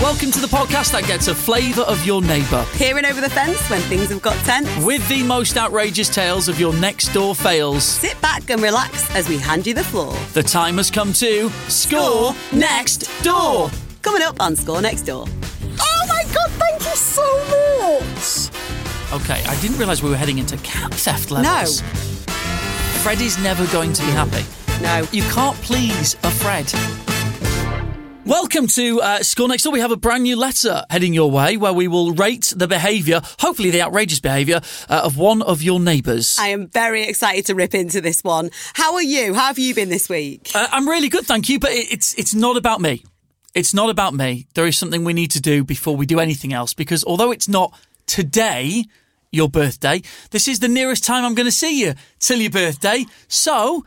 Welcome to the podcast that gets a flavour of your neighbour Peering over the fence when things have got tense. with the most outrageous tales of your next door fails. Sit back and relax as we hand you the floor. The time has come to score next door. Coming up on Score Next Door. Oh my god, thank you so much! Okay, I didn't realise we were heading into cat theft levels. No. Freddy's never going to be happy. No. You can't please a Fred. Welcome to uh, Score Next Door. We have a brand new letter heading your way where we will rate the behaviour, hopefully the outrageous behaviour, uh, of one of your neighbours. I am very excited to rip into this one. How are you? How have you been this week? Uh, I'm really good, thank you. But it, it's it's not about me. It's not about me. There is something we need to do before we do anything else because although it's not today your birthday, this is the nearest time I'm going to see you till your birthday. So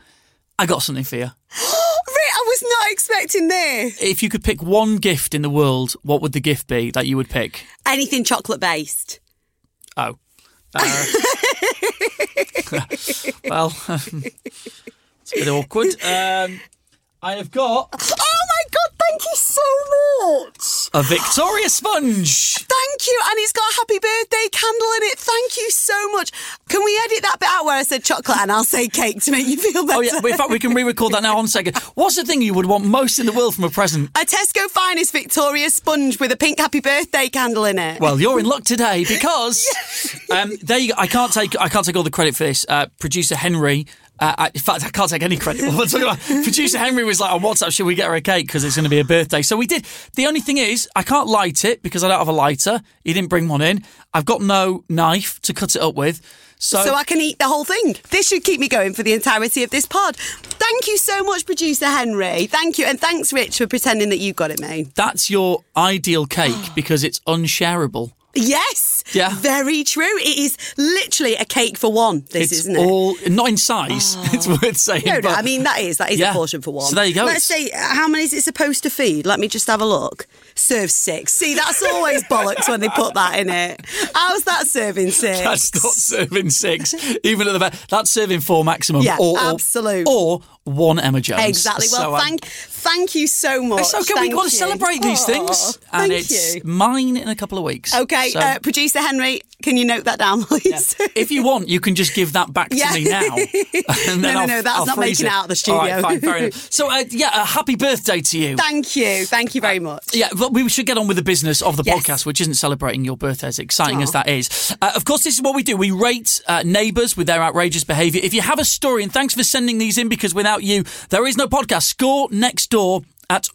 I got something for you. Rick, I was not expecting this. If you could pick one gift in the world, what would the gift be that you would pick? Anything chocolate based. Oh. Uh, well, it's a bit awkward. Um, I have got Oh my god, thank you so much! a Victoria sponge. Thank you. And it's got a happy birthday candle in it. Thank you so much. Can we edit that bit out where I said chocolate and I'll say cake to make you feel better? Oh yeah, in fact we can re-record that now on second. What's the thing you would want most in the world from a present? A Tesco Finest Victoria sponge with a pink happy birthday candle in it. Well, you're in luck today because um, there you go. I can't take I can't take all the credit for this. Uh, producer Henry. Uh, I, in fact, I can't take any credit. What am I talking about? Producer Henry was like on WhatsApp, "Should we get her a cake because it's going to be a birthday?" So we did. The only thing is, I can't light it because I don't have a lighter. He didn't bring one in. I've got no knife to cut it up with. So, so I can eat the whole thing. This should keep me going for the entirety of this pod. Thank you so much, producer Henry. Thank you. And thanks, Rich, for pretending that you got it, mate. that's your ideal cake because it's unshareable. Yes. Yeah. Very true. It is literally a cake for one, this, It's isn't it? Oh. all not in size. It's worth saying. no, no, but- I mean, that is, that is Yeah. a portion for one. So there you go, Let's it's- say, uh, how many is it supposed to feed? Let me just have a look. Serve six. See, that's always bollocks when they put that in it. How's that serving six? That's not serving six, even at the best. That's serving four maximum. Yeah, or, or- absolute. Or, one Emma Jones. Exactly. Well, So, um, thank, thank you so much. It's okay. Thank We've got to you. celebrate these Aw, things, and thank it's you. mine in a couple of weeks. Okay, So, uh, producer Henry, can you note that down, please? if you want, you can just give that back Yeah. to me now. And No, then no, I'll- no, that's I'll not freeze making it. it out of the All right, studio. fine, fair enough. So, uh, yeah, uh, happy birthday to you. Thank you, thank you very much. Uh, Yeah, but we should get on with the business of the Yes. podcast, which isn't celebrating your birthday, as exciting as that is. Uh, of course, this is what we do. We rate uh, neighbours with their outrageous behaviour. If you have a story, and thanks for sending these in because without you, there is no podcast. Score next door at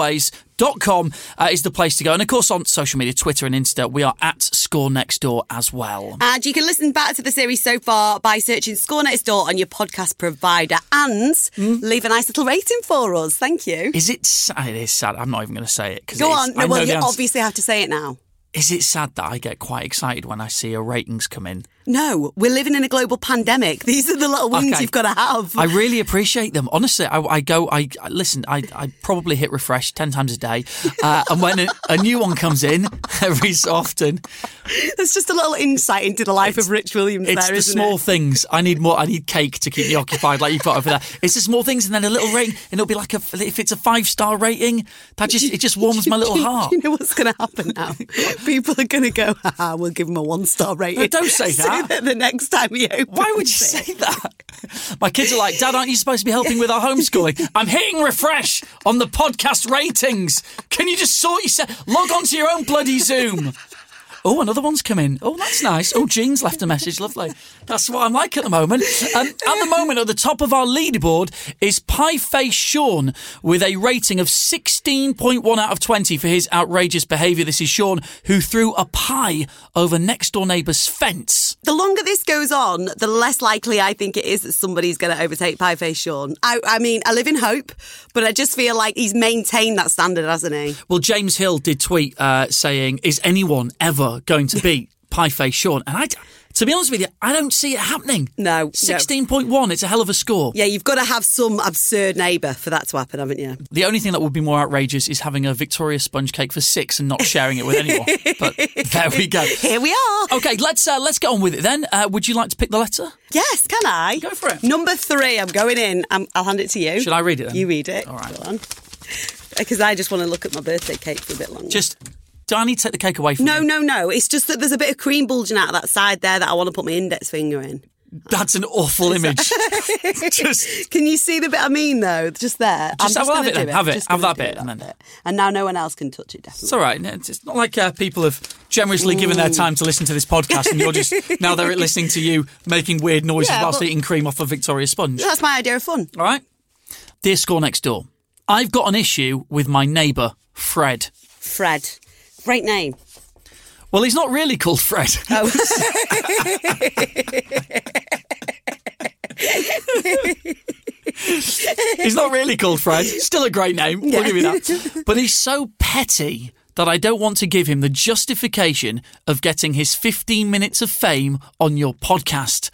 audioalways.com uh, is the place to go. And of course, on social media, Twitter and Insta, we are at Score Next Door as well. And you can listen back to the series so far by searching Score Next Door on your podcast provider and leave a nice little rating for us. Thank you. Is Mm. it sad? It is sad. I'm not even going to say it. 'cause Go it is- on. I No, well, know the you answer. obviously have to say it now. Is it sad that I get quite excited when I see your ratings come in? No, we're living in a global pandemic. These are the little wins Okay. you've got to have. I really appreciate them. Honestly, I, I go, I, I listen, I, I probably hit refresh 10 times a day. Uh, and when a, a new one comes in every so often, That's just a little insight into the life of Rich Williams it's there, the isn't small it? things. I need more, I need cake to keep me occupied, like you've got over there. It's the small things and then a little rating. And it'll be like, a, if it's a five star rating, that just, it just warms my little Do you- do heart. You know what's going to happen now? People are going to go, haha, we'll give him a one star rating. No, don't say So that. The next time he opens Why would you it. say that? My kids are like, Dad, aren't you supposed to be helping with our homeschooling? I'm hitting refresh on the podcast ratings. Can you just sort yourself? Log on to your own bloody Zoom. Oh, another one's come in. Oh, that's nice. Oh, Jean's left a message. Lovely. That's what I'm like at the moment. Um, at the moment, at the top of our leaderboard is Pie Face Sean with a rating of 16.1 out of 20 for his outrageous behaviour. This is Sean who threw a pie over next door neighbour's fence. the longer this goes on, the less likely I think it is that somebody's going to overtake Pie Face Sean. I, I mean, I live in hope, but I just feel like he's maintained that standard, hasn't he? Well, James Hill did tweet uh, saying, "Is anyone ever going to beat Pie Face Sean?" And I, to To be honest with you, I don't see it happening. No, no. 16.1, it's a hell of a score. Yeah, you've got to have some absurd neighbour for that to happen, haven't you? The only thing that would be more outrageous is having a Victoria sponge cake for six and not sharing it with anyone. but there we go. Here we are. Okay, let's uh, let's get on with it then. Uh, would you like to pick the letter? Yes, can I? Go for it. Number three, I'm going in. i I'll hand it to you. Should I read it then? You read it. All right. Because I just want to look at my birthday cake for a bit longer. Just, do I need to take the cake away from no, you? no, no. It's just that there's a bit of cream bulging out of that side there that I want to put my index finger in. That's an awful image. just, Can you see the bit I mean though? Just there. Just have- well, have gonna it then. do Have it. Just Have gonna that do bit and then- And now no one else can touch it. Definitely. it's all right. It's it's not like uh, people have generously given their time to listen to this podcast and you're just, now they're listening to you making weird noises Yeah, whilst but- eating cream off a Victoria sponge. That's my idea of fun. All right? Dear Score Next Door, I've got an issue with my neighbour, Fred. Fred, great name. Well, he's not really called Fred. Oh. he's not really called Fred. Still a great name. We'll give you that. But he's so petty that I don't want to give him the justification of getting his 15 minutes of fame on your podcast.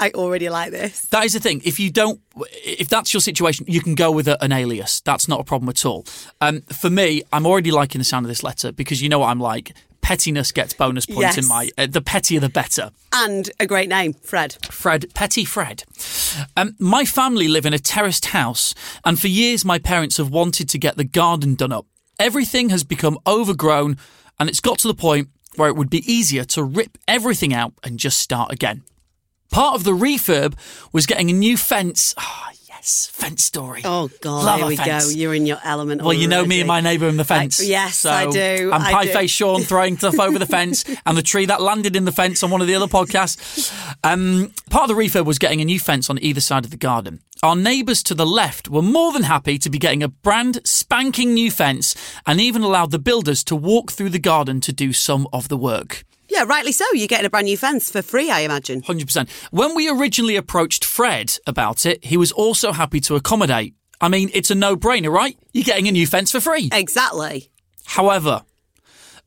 I already like this. That is the thing. If you don't, if that's your situation, you can go with a, an alias. That's not a problem at all. Um, for me, I'm already liking the sound of this letter because you know what I'm like. Pettiness gets bonus points in Yes. my. Uh, the pettier, the better. And a great name, Fred. Fred, Petty Fred. Um, my family live in a terraced house, and for years my parents have wanted to get the garden done up. Everything has become overgrown, and it's got to the point where it would be easier to rip everything out and just start again. Part of the refurb was getting a new fence. Ah, yes, fence story. Oh God, Love here a we fence. go. You're in your element. Well, you know me and my already. neighbour and the fence. yes, I do, I'm I pie do. face Sean throwing stuff over the fence and the tree that landed in the fence on one of the other podcasts. Um, part of the refurb was getting a new fence on either side of the garden. Our neighbours to the left were more than happy to be getting a brand spanking new fence and even allowed the builders to walk through the garden to do some of the work. Yeah, rightly so. You're getting a brand new fence for free, I imagine. 100%. When we originally approached Fred about it, he was also happy to accommodate. I mean, it's a no brainer, right? You're getting a new fence for free. Exactly. However,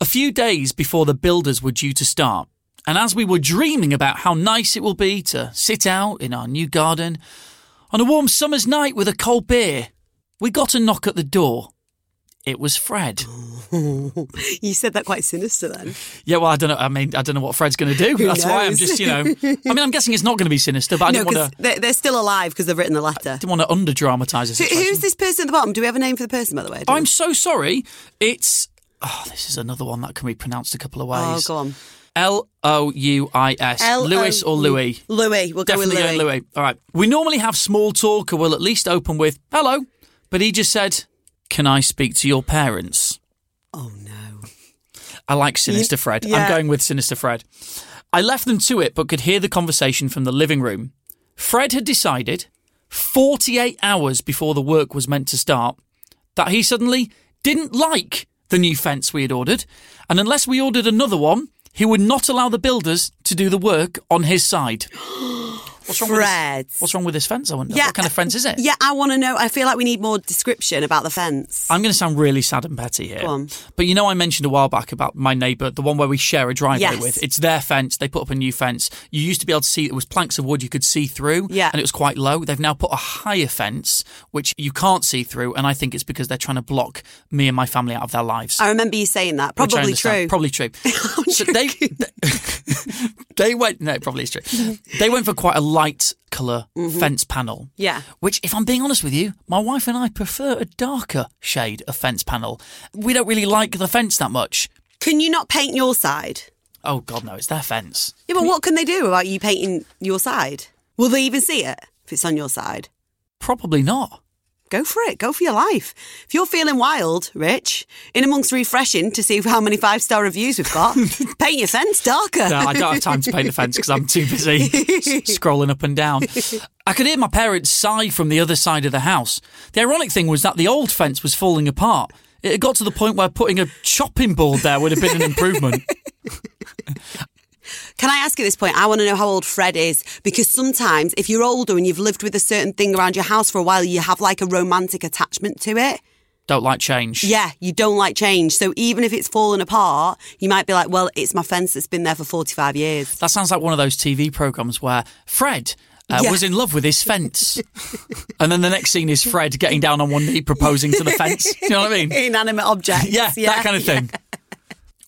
a few days before the builders were due to start, and as we were dreaming about how nice it will be to sit out in our new garden on a warm summer's night with a cold beer, we got a knock at the door. It was Fred. You said that quite sinister then. Yeah, well, I don't know. I mean, I don't know what Fred's going to do. That's why I'm knows? just, you know. I mean, I'm guessing it's not going to be sinister, but I no, didn't because want to. they're, they're still alive because they've written the letter. Didn't want to under dramatise this. Who- Who's this person at the bottom? Do we have a name for the person, by the way? I'm so sorry. It's. Oh, this is another one that can be pronounced a couple of Oh, ways. go on. L O U I S. Lewis or Louis? Louis. We'll Definitely go with going Louis. All right. We normally have small talk, or we'll at least open with hello. But he just said, "Can I speak to your parents?" Oh no. I like Sinister Fred. I'm yeah. going with Sinister Fred. I left them to it, but could hear the conversation from the living room. Fred had decided, 48 hours before the work was meant to start, that he suddenly didn't like the new fence we had ordered, and unless we ordered another one, he would not allow the builders to do the work on his side. What's wrong with this- Fred. What's wrong with this fence? I wonder. Yeah. What kind of fence is it? Yeah, I want to know. I feel like we need more description about the fence. I'm going to sound really sad and petty here. Go on. But you know, I mentioned a while back about my neighbour, the one where we share a driveway Yes. with. It's their fence. They put up a new fence. You used to be able to see, it was planks of wood you could see through. Yeah. And it was quite low. They've now put a higher fence, which you can't see through. And I think it's because they're trying to block me and my family out of their lives. I remember you saying that. Which I Probably understand. true. Probably true. so they, they- they went. No, it probably is true. Mm-hmm. They went for quite a light color fence panel. Yeah. Which, if I'm being honest with you, my wife and I prefer a darker shade of fence panel. We don't really like the fence that much. Can you not paint your side? Oh God, no! It's their fence. Yeah, but what can they do about you painting your side? Will they even see it if it's on your side? Probably not. Go for it. Go for your life. If you're feeling wild, Rich, in amongst refreshing to see how many five star reviews we've got, paint your fence darker. No, I don't have time to paint the fence because I'm too busy s- scrolling up and down. I could hear my parents sigh from the other side of the house. The ironic thing was that the old fence was falling apart. It had got to the point where putting a chopping board there would have been an improvement. Can I ask at this point? I want to know how old Fred is because sometimes if you're older and you've lived with a certain thing around your house for a while, you have like a romantic attachment to it. Don't like change. Yeah, you don't like change. So even if it's fallen apart, you might be like, well, it's my fence that's been there for 45 years. That sounds like one of those TV programs where Fred uh, Yeah. was in love with his fence, and then the next scene is Fred getting down on one knee proposing to the fence. Do you know what I mean? Inanimate objects. Yeah, that kind of thing.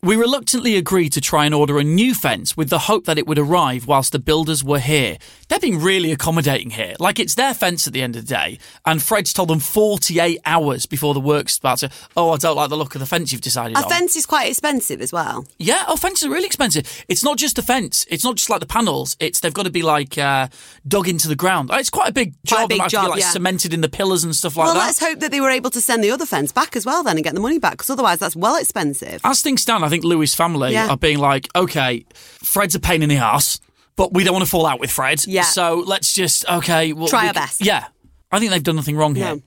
We reluctantly agreed to try and order a new fence with the hope that it would arrive whilst the builders were here. They've been really accommodating here. Like, it's their fence at the end of the day, and Fred's told them 48 hours before the work's about to, oh, I don't like the look of the fence you've decided A on. fence is quite expensive as well. Yeah, oh, fences are really expensive. It's not just the fence. It's not just like the panels. It's they've got to be like uh, dug into the ground. Uh, It's quite a big Quite a job. They big might have to job, be like yeah. cemented in the pillars and stuff like well, that. let's hope that they were able to send the other fence back as well then and get the money back because otherwise that's well expensive. As things stand, I think Louis' family Yeah. are being like, okay, Fred's a pain in the ass, but we don't want to fall out with Fred. Yeah. So let's just okay, well, Try we our c- best. Yeah, I think they've done nothing wrong here. No.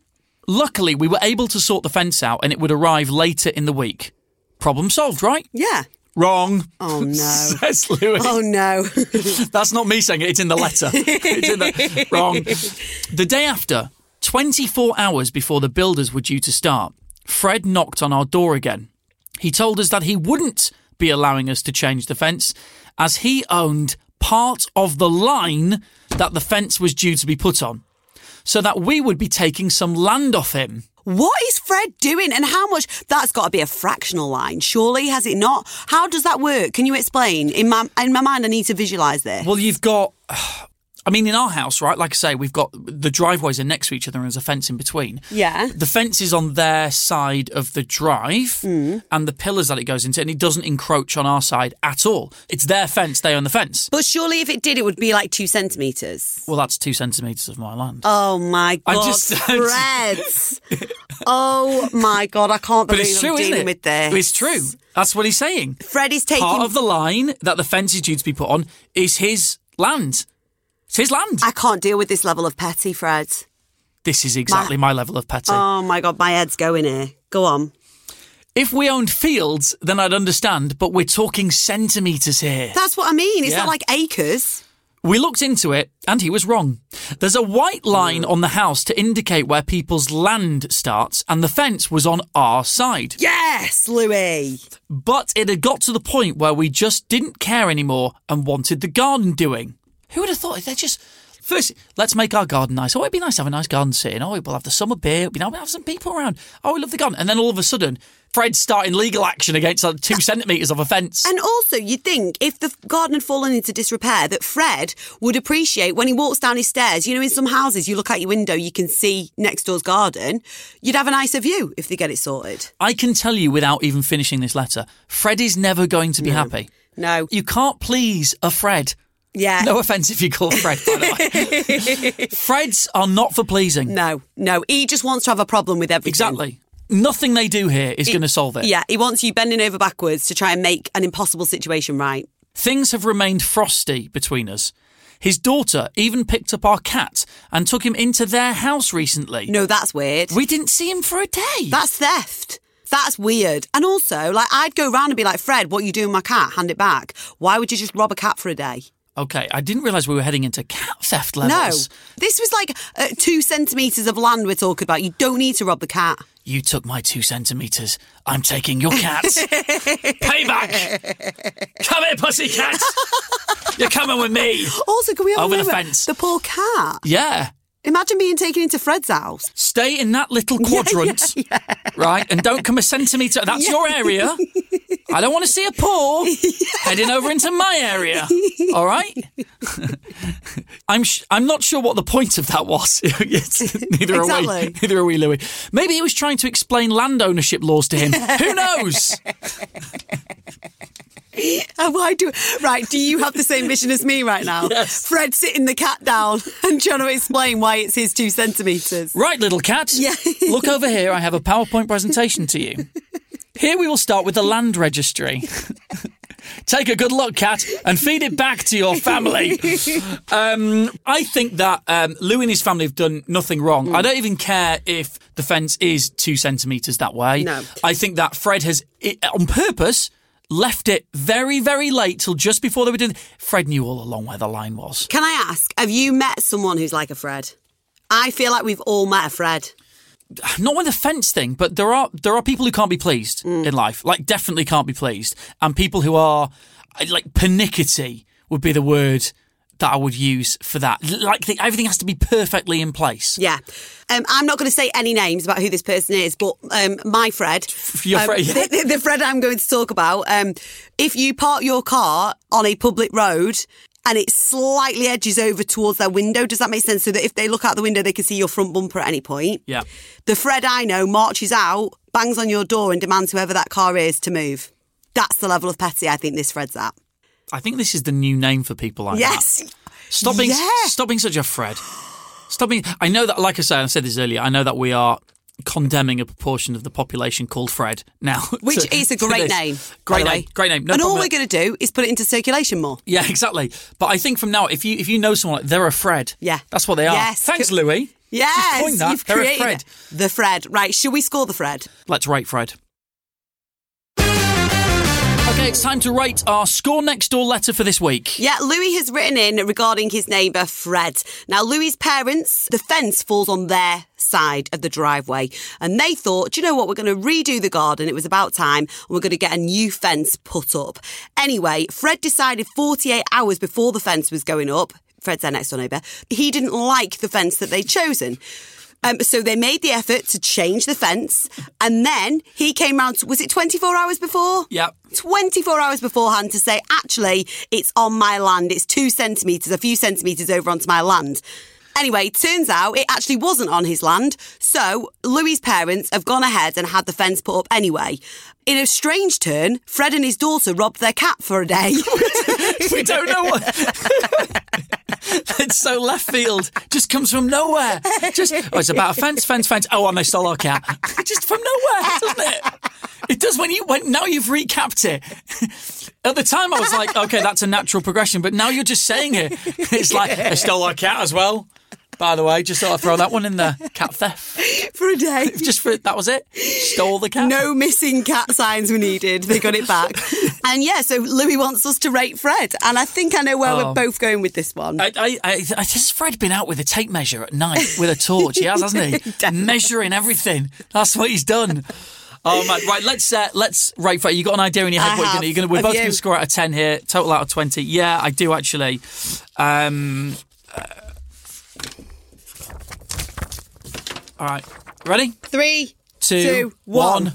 Luckily, we were able to sort the fence out, and it would arrive later in the week. Problem solved, right? Yeah. Wrong. Oh, no. Says Louis. Oh no. That's not me saying it. It's in the letter. it's in the wrong. The day after, 24 hours before the builders were due to start, Fred knocked on our door again. He told us that he wouldn't be allowing us to change the fence as he owned part of the line that the fence was due to be put on. So that we would be taking some land off him. what is Fred doing and how much? That's got to be a fractional line, surely, has it not? How does that work? Can you explain? In my in my mind, I need to visualize this. Well, you've got. I mean, in our house, right? Like I say, we've got the driveways are next to each other, and there's a fence in between. Yeah. The fence is on their side of the drive, Hmm. and the pillars that it goes into, and it doesn't encroach on our side at all. It's their fence; they own the fence. But surely, if it did, it would be like two centimeters. Well, that's two centimeters of my land. Oh my I god, just- Fred! oh my god, I can't but believe it's true, I'm isn't dealing it? with this. It's true. That's what he's saying. Fred is taking. Part of the line that the fence is due to be put on is his land. It's his land. I can't deal with this level of petty, Fred. this is exactly my level of petty. Oh my god, my head's going here. Go on. If we owned fields, then I'd understand, but we're talking centimetres here. That's what I mean. It's Yeah. not like acres. We looked into it, and he was wrong. There's a white line on the house to indicate where people's land starts, and the fence was on our side. Yes, Louis. But it had got to the point where we just didn't care anymore and wanted the garden doing. Who would have thought? They're just. First, let's make our garden nice. Oh, it'd be nice to have a nice garden sitting. Oh, we'll have the summer beer. You know, we'll have some people around. Oh, we love the garden. And then all of a sudden, Fred's starting legal action against like, two centimetres of a fence. And also, you'd think if the garden had fallen into disrepair, that Fred would appreciate when he walks down his stairs. You know, in some houses, you look out your window, you can see next door's garden. You'd have a nicer view if they get it sorted. I can tell you without even finishing this letter, Fred is never going to be happy. No. You can't please a Fred. Yeah. No offence if you call Fred, by the way. Freds are not for pleasing. No, no. He just wants to have a problem with everything. Exactly. Nothing they do here is going to solve it. Yeah, he wants you bending over backwards to try and make an impossible situation right. Things have remained frosty between us. His daughter even picked up our cat and took him into their house recently. No, that's weird. We didn't see him for a day. That's theft. That's weird. And also, like, I'd go round and be like, Fred, what you doing with my cat? Hand it back. Why would you just rob a cat for a day? okay, I didn't realise we were heading into cat theft No. levels. This was like uh, two centimetres of land we're talking about. You don't need to rob the cat. You took my two centimetres. I'm taking your cat. Payback! Come here, pussycat! You're coming with me! Also, can we have Over a the moment? Oh, fence. The poor cat. Yeah. Imagine being taken into Fred's house. Stay in that little quadrant, right? And don't come a centimetre. That's your area. I don't want to see a paw heading over into my area. All right? I'm sh- I'm not sure what the point of that was. It's- neither are we. Exactly. Neither are we, Louis. Maybe he was trying to explain land ownership laws to him. Who knows? And why do right? Do you have the same vision as me right now? Yes. Fred sitting the cat down and trying to explain why it's his two centimeters. Right, little cat. Yeah. Look over here. I have a PowerPoint presentation to you. Here we will start with the land registry. Take a good look, cat, and feed it back to your family. Um, I think that um, Lou and his family have done nothing wrong. Mm. I don't even care if the fence is two centimetres that way. No. I think that Fred has, it, on purpose, left it very, very late till just before they were doing. Fred knew all along where the line was. Can I ask? Have you met someone who's like a Fred? I feel like we've all met a Fred. not with the fence thing, but there are there are people who can't be pleased Mm. in life, like definitely can't be pleased, and people who are like pernickety would be the word that I would use for that. Like the, everything has to be perfectly in place. Yeah. Um, I'm not going to say any names about who this person is, but um, my Fred, Your Fred, um, yeah. the, the Fred I'm going to talk about, um, if you park your car on a public road and it slightly edges over towards their window, does that make sense? So that if they look out the window, they can see your front bumper at any point. Yeah. The Fred I know marches out, bangs on your door, and demands whoever that car is to move. That's the level of petty I think this Fred's at. I think this is the new name for people like that. Yes. Stop being, Yeah. stop being such a Fred. Stop being. I know that, like I said, I said this earlier. I know that we are condemning a proportion of the population called Fred now, Which to- is a to great this. name. by Great the name. way. Great name. No and all problem we're with- going to do is put it into circulation more. Yeah, exactly. But I think from now, if you if you know someone, like, they're a Fred. Yeah. that's what they are. Yes. Thanks, Co- Louis. Yes, coined that. you've They're a created Fred. it. the Fred. Right, should we score the Fred? Let's rate Fred. Okay, it's time to rate our score next door letter for this week. Yeah, Louis has written in regarding his neighbour Fred. Now, Louis's parents, the fence falls on their side of the driveway, and they thought, do you know what, we're going to redo the garden. It was about time, and we're going to get a new fence put up. Anyway, Fred decided 48 hours before the fence was going up. Fred's their next door neighbour. He didn't like the fence that they'd chosen. Um, so they made the effort to change the fence, and then he came round. To, was it 24 hours before? Yep. 24 hours beforehand to say, actually, it's on my land. It's two centimetres, a few centimetres over onto my land. Anyway, turns out it actually wasn't on his land. So Louis's parents have gone ahead and had the fence put up anyway. In a strange turn, Fred and his daughter robbed their cat for a day. we don't know what. it's so left field. Just comes from nowhere. Just oh, it's about a fence, fence, fence. Oh, and they stole our cat. Just from nowhere, doesn't it? It does when you when now you've recapped it. At the time, I was like, okay, that's a natural progression. But now you're just saying it. It's like they stole our cat as well. By the way, just thought I'd throw that one in there. Cat theft. for a day. Just for that was it. Stole the cat. No missing cat signs were needed. They got it back. and yeah, so Louis wants us to rate Fred. And I think I know where Oh. we're both going with this one. I, I, I, I has Fred been out with a tape measure at night with a torch? He has, hasn't he? Measuring everything. That's what he's done. Oh man! Right, let's uh, let's right. Fred, you got an idea in your head? I what have. you're gonna, you're gonna, we're Have both you? going to score out of ten here. Total out of twenty. Yeah, I do actually. Um, uh, all right, ready? Three, Two, Two, one.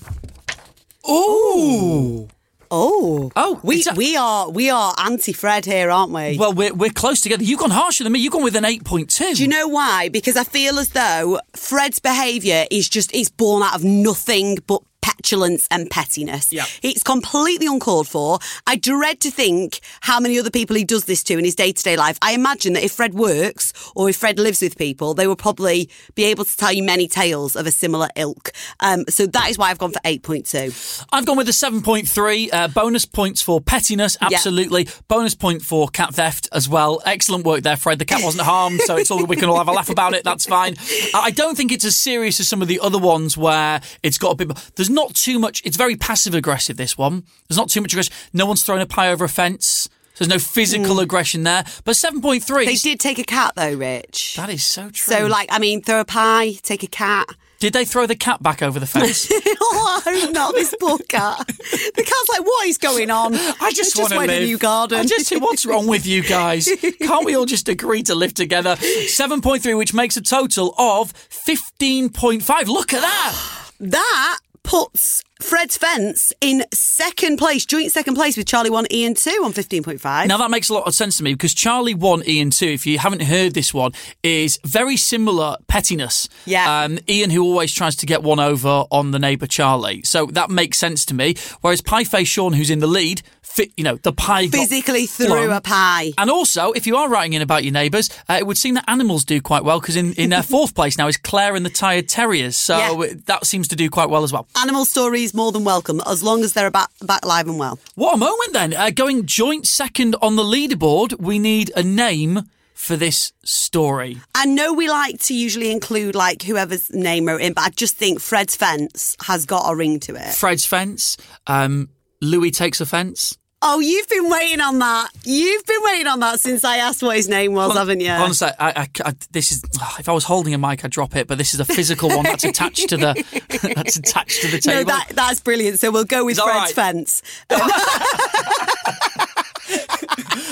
Ooh. Oh, Oh, we it's a- we are we are anti Fred here, aren't we? Well, we're we're close together. You've gone harsher than me. You've gone with an eight point two. Do you know why? Because I feel as though Fred's behaviour is just is born out of nothing but petulance and pettiness. Yeah. It's completely uncalled for. I dread to think how many other people he does this to in his day to day life. I imagine that if Fred works or if Fred lives with people, they will probably be able to tell you many tales of a similar ilk. Um, so that is why I've gone for 8.2. I've gone with a 7.3. Uh, bonus points for pettiness, absolutely. Bonus point for cat theft as well. Excellent work there, Fred. The cat wasn't harmed, so it's all we can all have a laugh about it. That's fine. Uh, I don't think it's as serious as some of the other ones where it's got a bit. There's not too much. It's very passive aggressive, this one. There's not too much aggression. No one's throwing a pie over a fence. So there's no physical aggression there. But 7.3. Hmm. They did take a cat though, Rich. That is so true. so, like, I mean, throw a pie, take a cat. did they throw the cat back over the fence? oh, I hope not this poor cat. The cat's like, what is going on? I just, want to want live. a new garden. I just what's wrong with you guys? Can't we all just agree to live together? Seven point three, which makes a total of fifteen point five. Look at that! that puts Fred's fence in second place, joint second place with Charlie One, Ian Two on fifteen point five. Now that makes a lot of sense to me because Charlie one, Ian two. If you haven't heard this one, is very similar pettiness. Yeah. Um, Ian who always tries to get one over on the neighbour Charlie. So that makes sense to me. Whereas Pie Face Sean, who's in the lead, fit, you know, the pie got Physically threw flung. a pie. And also, if you are writing in about your neighbours, uh, it would seem that animals do quite well because in, in uh, fourth place now is Claire and the Tired Terriers. So Yeah. it- that seems to do quite well as well. Animal stories more than welcome, as long as they're back, back alive and well. What a moment then. Uh, going joint second on the leaderboard, we need a name for this story. I know we like to usually include like whoever's name wrote in, but I just think Fred's fence has got a ring to it. Fred's fence. Um, Louis takes offence. Oh, you've been waiting on that. You've been waiting on that since I asked what his name was, haven't you? Honestly, I, I, I- this is if I was holding a mic, I'd drop it. But this is a physical one that's attached to the that's attached to the no, table. that, that's brilliant. So we'll go with It's all Fred's right. fence.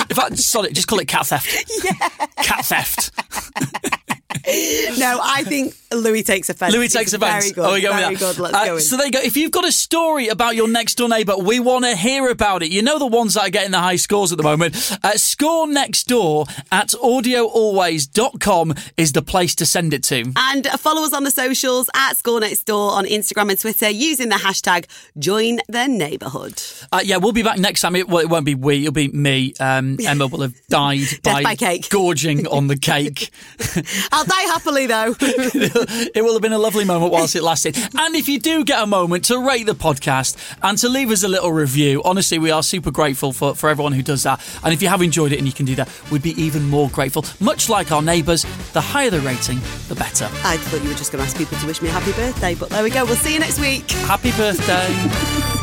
If I just sod it, just call it cat theft. Cat theft. No, I think Louis takes offence. Louis It's takes offence. Very good. Oh, we go very with that. good. Let's Uh, go in. So there you go. If you've got a story about your next door neighbour, we want to hear about it. You know the ones that are getting the high scores at the moment. Uh, score next door at audioalways.com is the place to send it to. And follow us on the socials at Score Next Door on Instagram and Twitter using the hashtag Join the Neighbourhood. Uh, yeah, we'll be back next time. It, well, it won't be we, it'll be me. Um, Emma will have died by, by cake. gorging on the cake. I'll die happily though. it will have been a lovely moment whilst it lasted. And if you do get a moment to rate the podcast and to leave us a little review, honestly, we are super grateful for, for everyone who does that. And if you have enjoyed it and you can do that, we'd be even more grateful. Much like our neighbours, the higher the rating, the better. I thought you were just going to ask people to wish me a happy birthday, but there we go. We'll see you next week. Happy birthday.